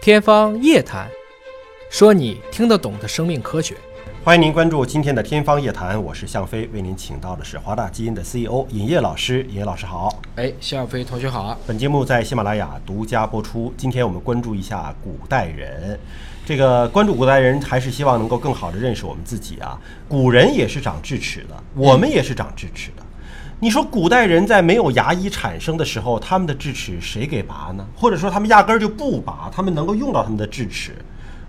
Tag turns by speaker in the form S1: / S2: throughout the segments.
S1: 天方夜谭，说你听得懂的生命科学。
S2: 欢迎您关注今天的《天方夜谭》，我是向飞，为您请到的是华大基因的 CEO 尹烨老师。尹烨老师好，
S3: 哎，向飞同学好啊。
S2: 本节目在喜马拉雅独家播出。今天我们关注一下古代人，这个关注古代人，还是希望能够更好的认识我们自己啊。古人也是长智齿的，我们也是长智齿的。你说古代人在没有牙医产生的时候，他们的智齿谁给拔呢？或者说他们压根儿就不拔，他们能够用到他们的智齿，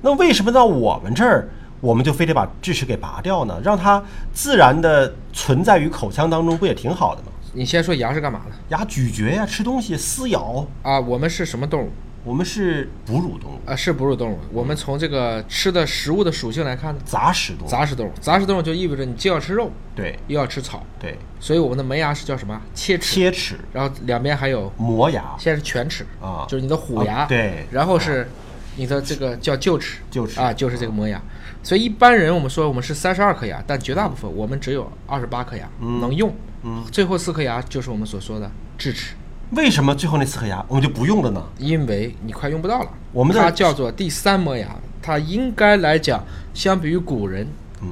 S2: 那为什么到我们这儿，我们就非得把智齿给拔掉呢？让它自然的存在于口腔当中，不也挺好的吗？
S3: 你先说牙是干嘛的
S2: 牙咀嚼呀、吃东西、撕咬，
S3: 啊？我们是什么动物？
S2: 我们是哺乳动物、
S3: 啊，是哺乳动物。我们从这个吃的食物的属性来看呢，
S2: 杂食动物。
S3: 杂食动物。杂食动物就意味着你既要吃肉，
S2: 对
S3: 又要吃草，
S2: 对，
S3: 所以我们的门牙是叫什么？切齿。
S2: 切齿、
S3: 然后两边还有，
S2: 磨牙、
S3: 先是犬齿
S2: 啊
S3: 就是你的虎牙，
S2: 啊对
S3: 然后是你的这个叫臼齿，
S2: 臼齿
S3: 啊，就是这个磨牙。所以一般人我们说我们是三十二颗牙，但绝大部分我们只有二十八颗牙能用，嗯，最后四颗牙就是我们所说的智齿。
S2: 为什么最后那四颗牙我们就不用了呢？
S3: 因为你快用不到了。
S2: 我们的
S3: 它叫做第三磨牙，它应该来讲，相比于古人，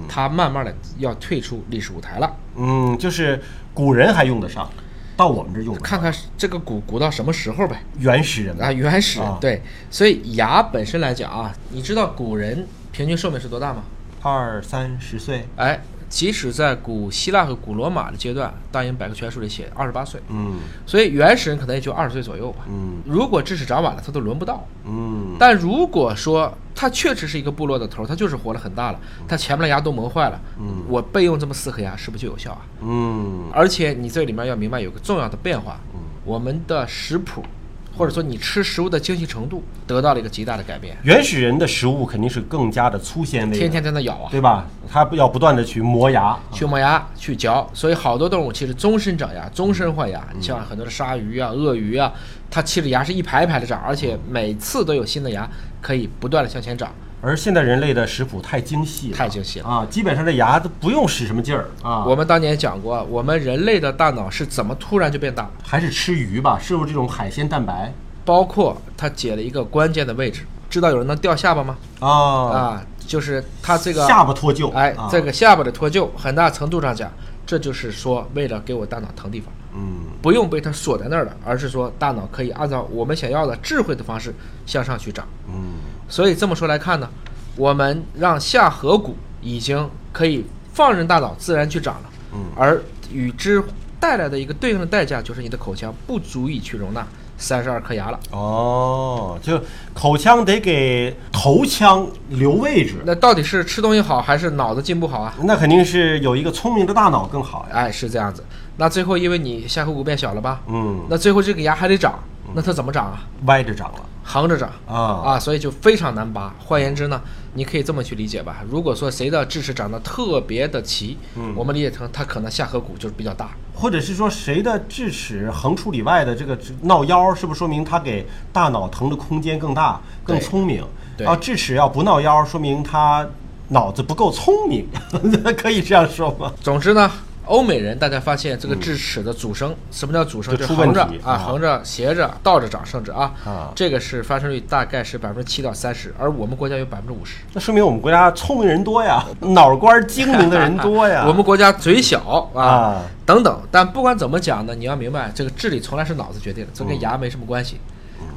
S3: 它慢慢的要退出历史舞台了。
S2: 嗯，就是古人还用得上，到我们这儿用不
S3: 看
S2: 上。
S3: 看这个鼓鼓到什么时候呗。
S2: 原始人
S3: 啊，
S2: 们
S3: 原始、
S2: 啊
S3: 对，所以牙本身来讲啊，你知道古人平均寿命是多大吗？
S2: 二三十岁，
S3: 哎，即使在古希腊和古罗马的阶段，《大英百科全书》里写二十八岁，
S2: 嗯
S3: 所以原始人可能也就二十岁左右吧。
S2: 嗯
S3: 如果智齿长晚了，他都轮不到。
S2: 嗯
S3: 但如果说他确实是一个部落的头儿，他就是活了很大了，他前面的牙都磨坏了，
S2: 嗯
S3: 我备用这么四颗牙是不是就有效啊？
S2: 嗯
S3: 而且你这里面要明白有个重要的变化，
S2: 嗯
S3: 我们的食谱或者说你吃食物的精细程度得到了一个极大的改变，
S2: 原始人的食物肯定是更加的粗纤维的，
S3: 天天在那咬啊，
S2: 对吧？他不要不断的去磨牙，
S3: 去磨牙去嚼，所以好多动物其实终身长牙，终身换
S2: 嗯
S3: 牙，你像很多的鲨鱼啊、鳄鱼啊，它其实牙是一排一排的长，而且每次都有新的牙可以不断的向前长，
S2: 而现在人类的食谱太精细了，
S3: 太精细了。
S2: 啊，基本上这牙都不用使什么劲儿啊。
S3: 我们当年讲过，我们人类的大脑是怎么突然就变大了，
S2: 还是吃鱼吧，摄入这种海鲜蛋白
S3: 包括它解了一个关键的位置。知道有人能掉下巴吗？
S2: 啊，
S3: 啊，就是它这个
S2: 下巴脱臼，
S3: 哎
S2: 啊，
S3: 这个下巴的脱臼，很大程度上讲，这就是说为了给我大脑腾地方，
S2: 嗯
S3: 不用被它锁在那儿了，而是说大脑可以按照我们想要的智慧的方式向上去长。
S2: 嗯
S3: 所以这么说来看呢，我们让下颌骨已经可以放任大脑自然去长了，
S2: 嗯
S3: 而与之带来的一个对应的代价就是你的口腔不足以去容纳三十二颗牙了。
S2: 哦，就口腔得给头腔留位置，
S3: 那到底是吃东西好还是脑子进步好啊？
S2: 那肯定是有一个聪明的大脑更好呀。
S3: 哎，是这样子。那最后因为你下颌骨变小了吧，
S2: 嗯，
S3: 那最后这个牙还得长，那它怎么长啊？
S2: 歪着长了
S3: 横着长
S2: 啊，
S3: 啊，所以就非常难拔。换言之呢，你可以这么去理解吧：如果说谁的智齿长得特别的齐，
S2: 嗯
S3: 我们理解成他可能下颌骨就是比较大。
S2: 或者是说谁的智齿横出里外的这个闹腰，是不是说明他给大脑腾的空间更大、更
S3: 对
S2: 聪明？
S3: 对
S2: 啊，智齿要不闹腰，说明他脑子不够聪明， 可以这样说吗？
S3: 总之呢，欧美人大家发现这个智齿的阻生，什么叫阻生？
S2: 嗯就
S3: 就是
S2: 出问
S3: 横
S2: 题
S3: 着
S2: 啊
S3: 啊，横着、斜着、倒着长，甚至啊，
S2: 啊
S3: 这个是发生率大概是百分之七到三十，而我们国家有百分之五十。
S2: 那说明我们国家聪明人 多呀，脑瓜精明的人多呀。
S3: 我们国家嘴小啊
S2: 啊
S3: 等等。但不管怎么讲呢，你要明白，这个智力从来是脑子决定的，这
S2: 嗯
S3: 跟牙没什么关系。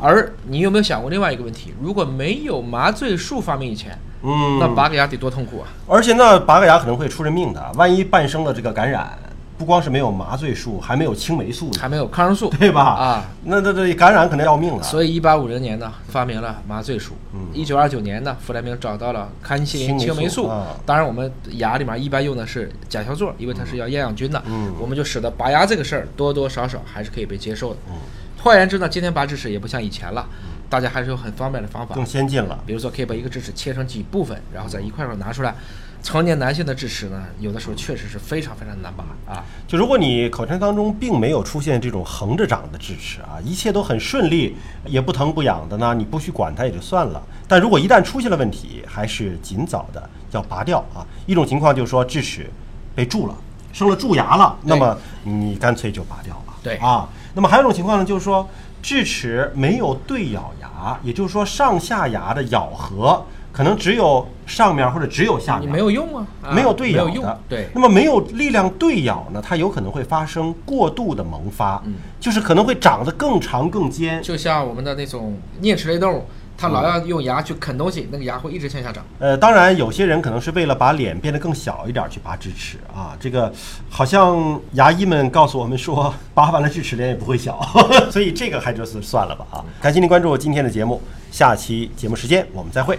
S3: 而你有没有想过另外一个问题？如果没有麻醉术发明以前，
S2: 嗯，
S3: 那拔个牙得多痛苦啊！
S2: 而且呢，拔个牙可能会出人命的，万一伴生了这个感染，不光是没有麻醉术，还没有青霉素呢，
S3: 还没有抗生素，
S2: 对吧？
S3: 啊，
S2: 那这这感染可能要命了。
S3: 所以，一八五零年呢，发明了麻醉术。一九二九年呢，弗莱明找到了康西林
S2: 青
S3: 青
S2: 霉
S3: 霉
S2: 嗯素
S3: 素。
S2: 啊
S3: 当然，我们牙里面一般用的是甲硝唑，因为它是要厌氧菌的。
S2: 嗯
S3: 我们就使得拔牙这个事儿多多少少还是可以被接受的。
S2: 嗯
S3: 换言之呢，今天拔智齿也不像以前了，大家还是有很方便的方法，
S2: 更先进了。
S3: 比如说可以把一个智齿切成几部分，然后再一块块拿出来。成年男性的智齿呢，有的时候确实是非常非常难拔啊。
S2: 就如果你口腔当中并没有出现这种横着长的智齿啊，一切都很顺利，也不疼不痒的呢，你不去管它也就算了。但如果一旦出现了问题，还是尽早的要拔掉啊。一种情况就是说智齿被蛀了，生了蛀牙了，那么你干脆就拔掉了。
S3: 对
S2: 啊，那么还有一种情况呢，就是说智齿没有对咬牙，也就是说上下牙的咬合可能只有上面或者只有下
S1: 你
S2: 面，
S1: 没有用啊，啊
S2: 没有对咬
S1: 没有用
S2: 的，，
S1: 对，
S2: 那么没有力量对咬呢，它有可能会发生过度的萌发，
S1: 嗯
S2: 就是可能会长得更长更尖。
S3: 就像我们的那种啮齿类动物，它老要用牙去啃东西，那个牙会一直向下长。
S2: 呃，当然，有些人可能是为了把脸变得更小一点儿去拔智齿啊。这个好像牙医们告诉我们说， 拔完了智齿脸也不会小， 所以这个还就是算了吧啊。感谢您关注今天的节目，下期节目时间我们再会。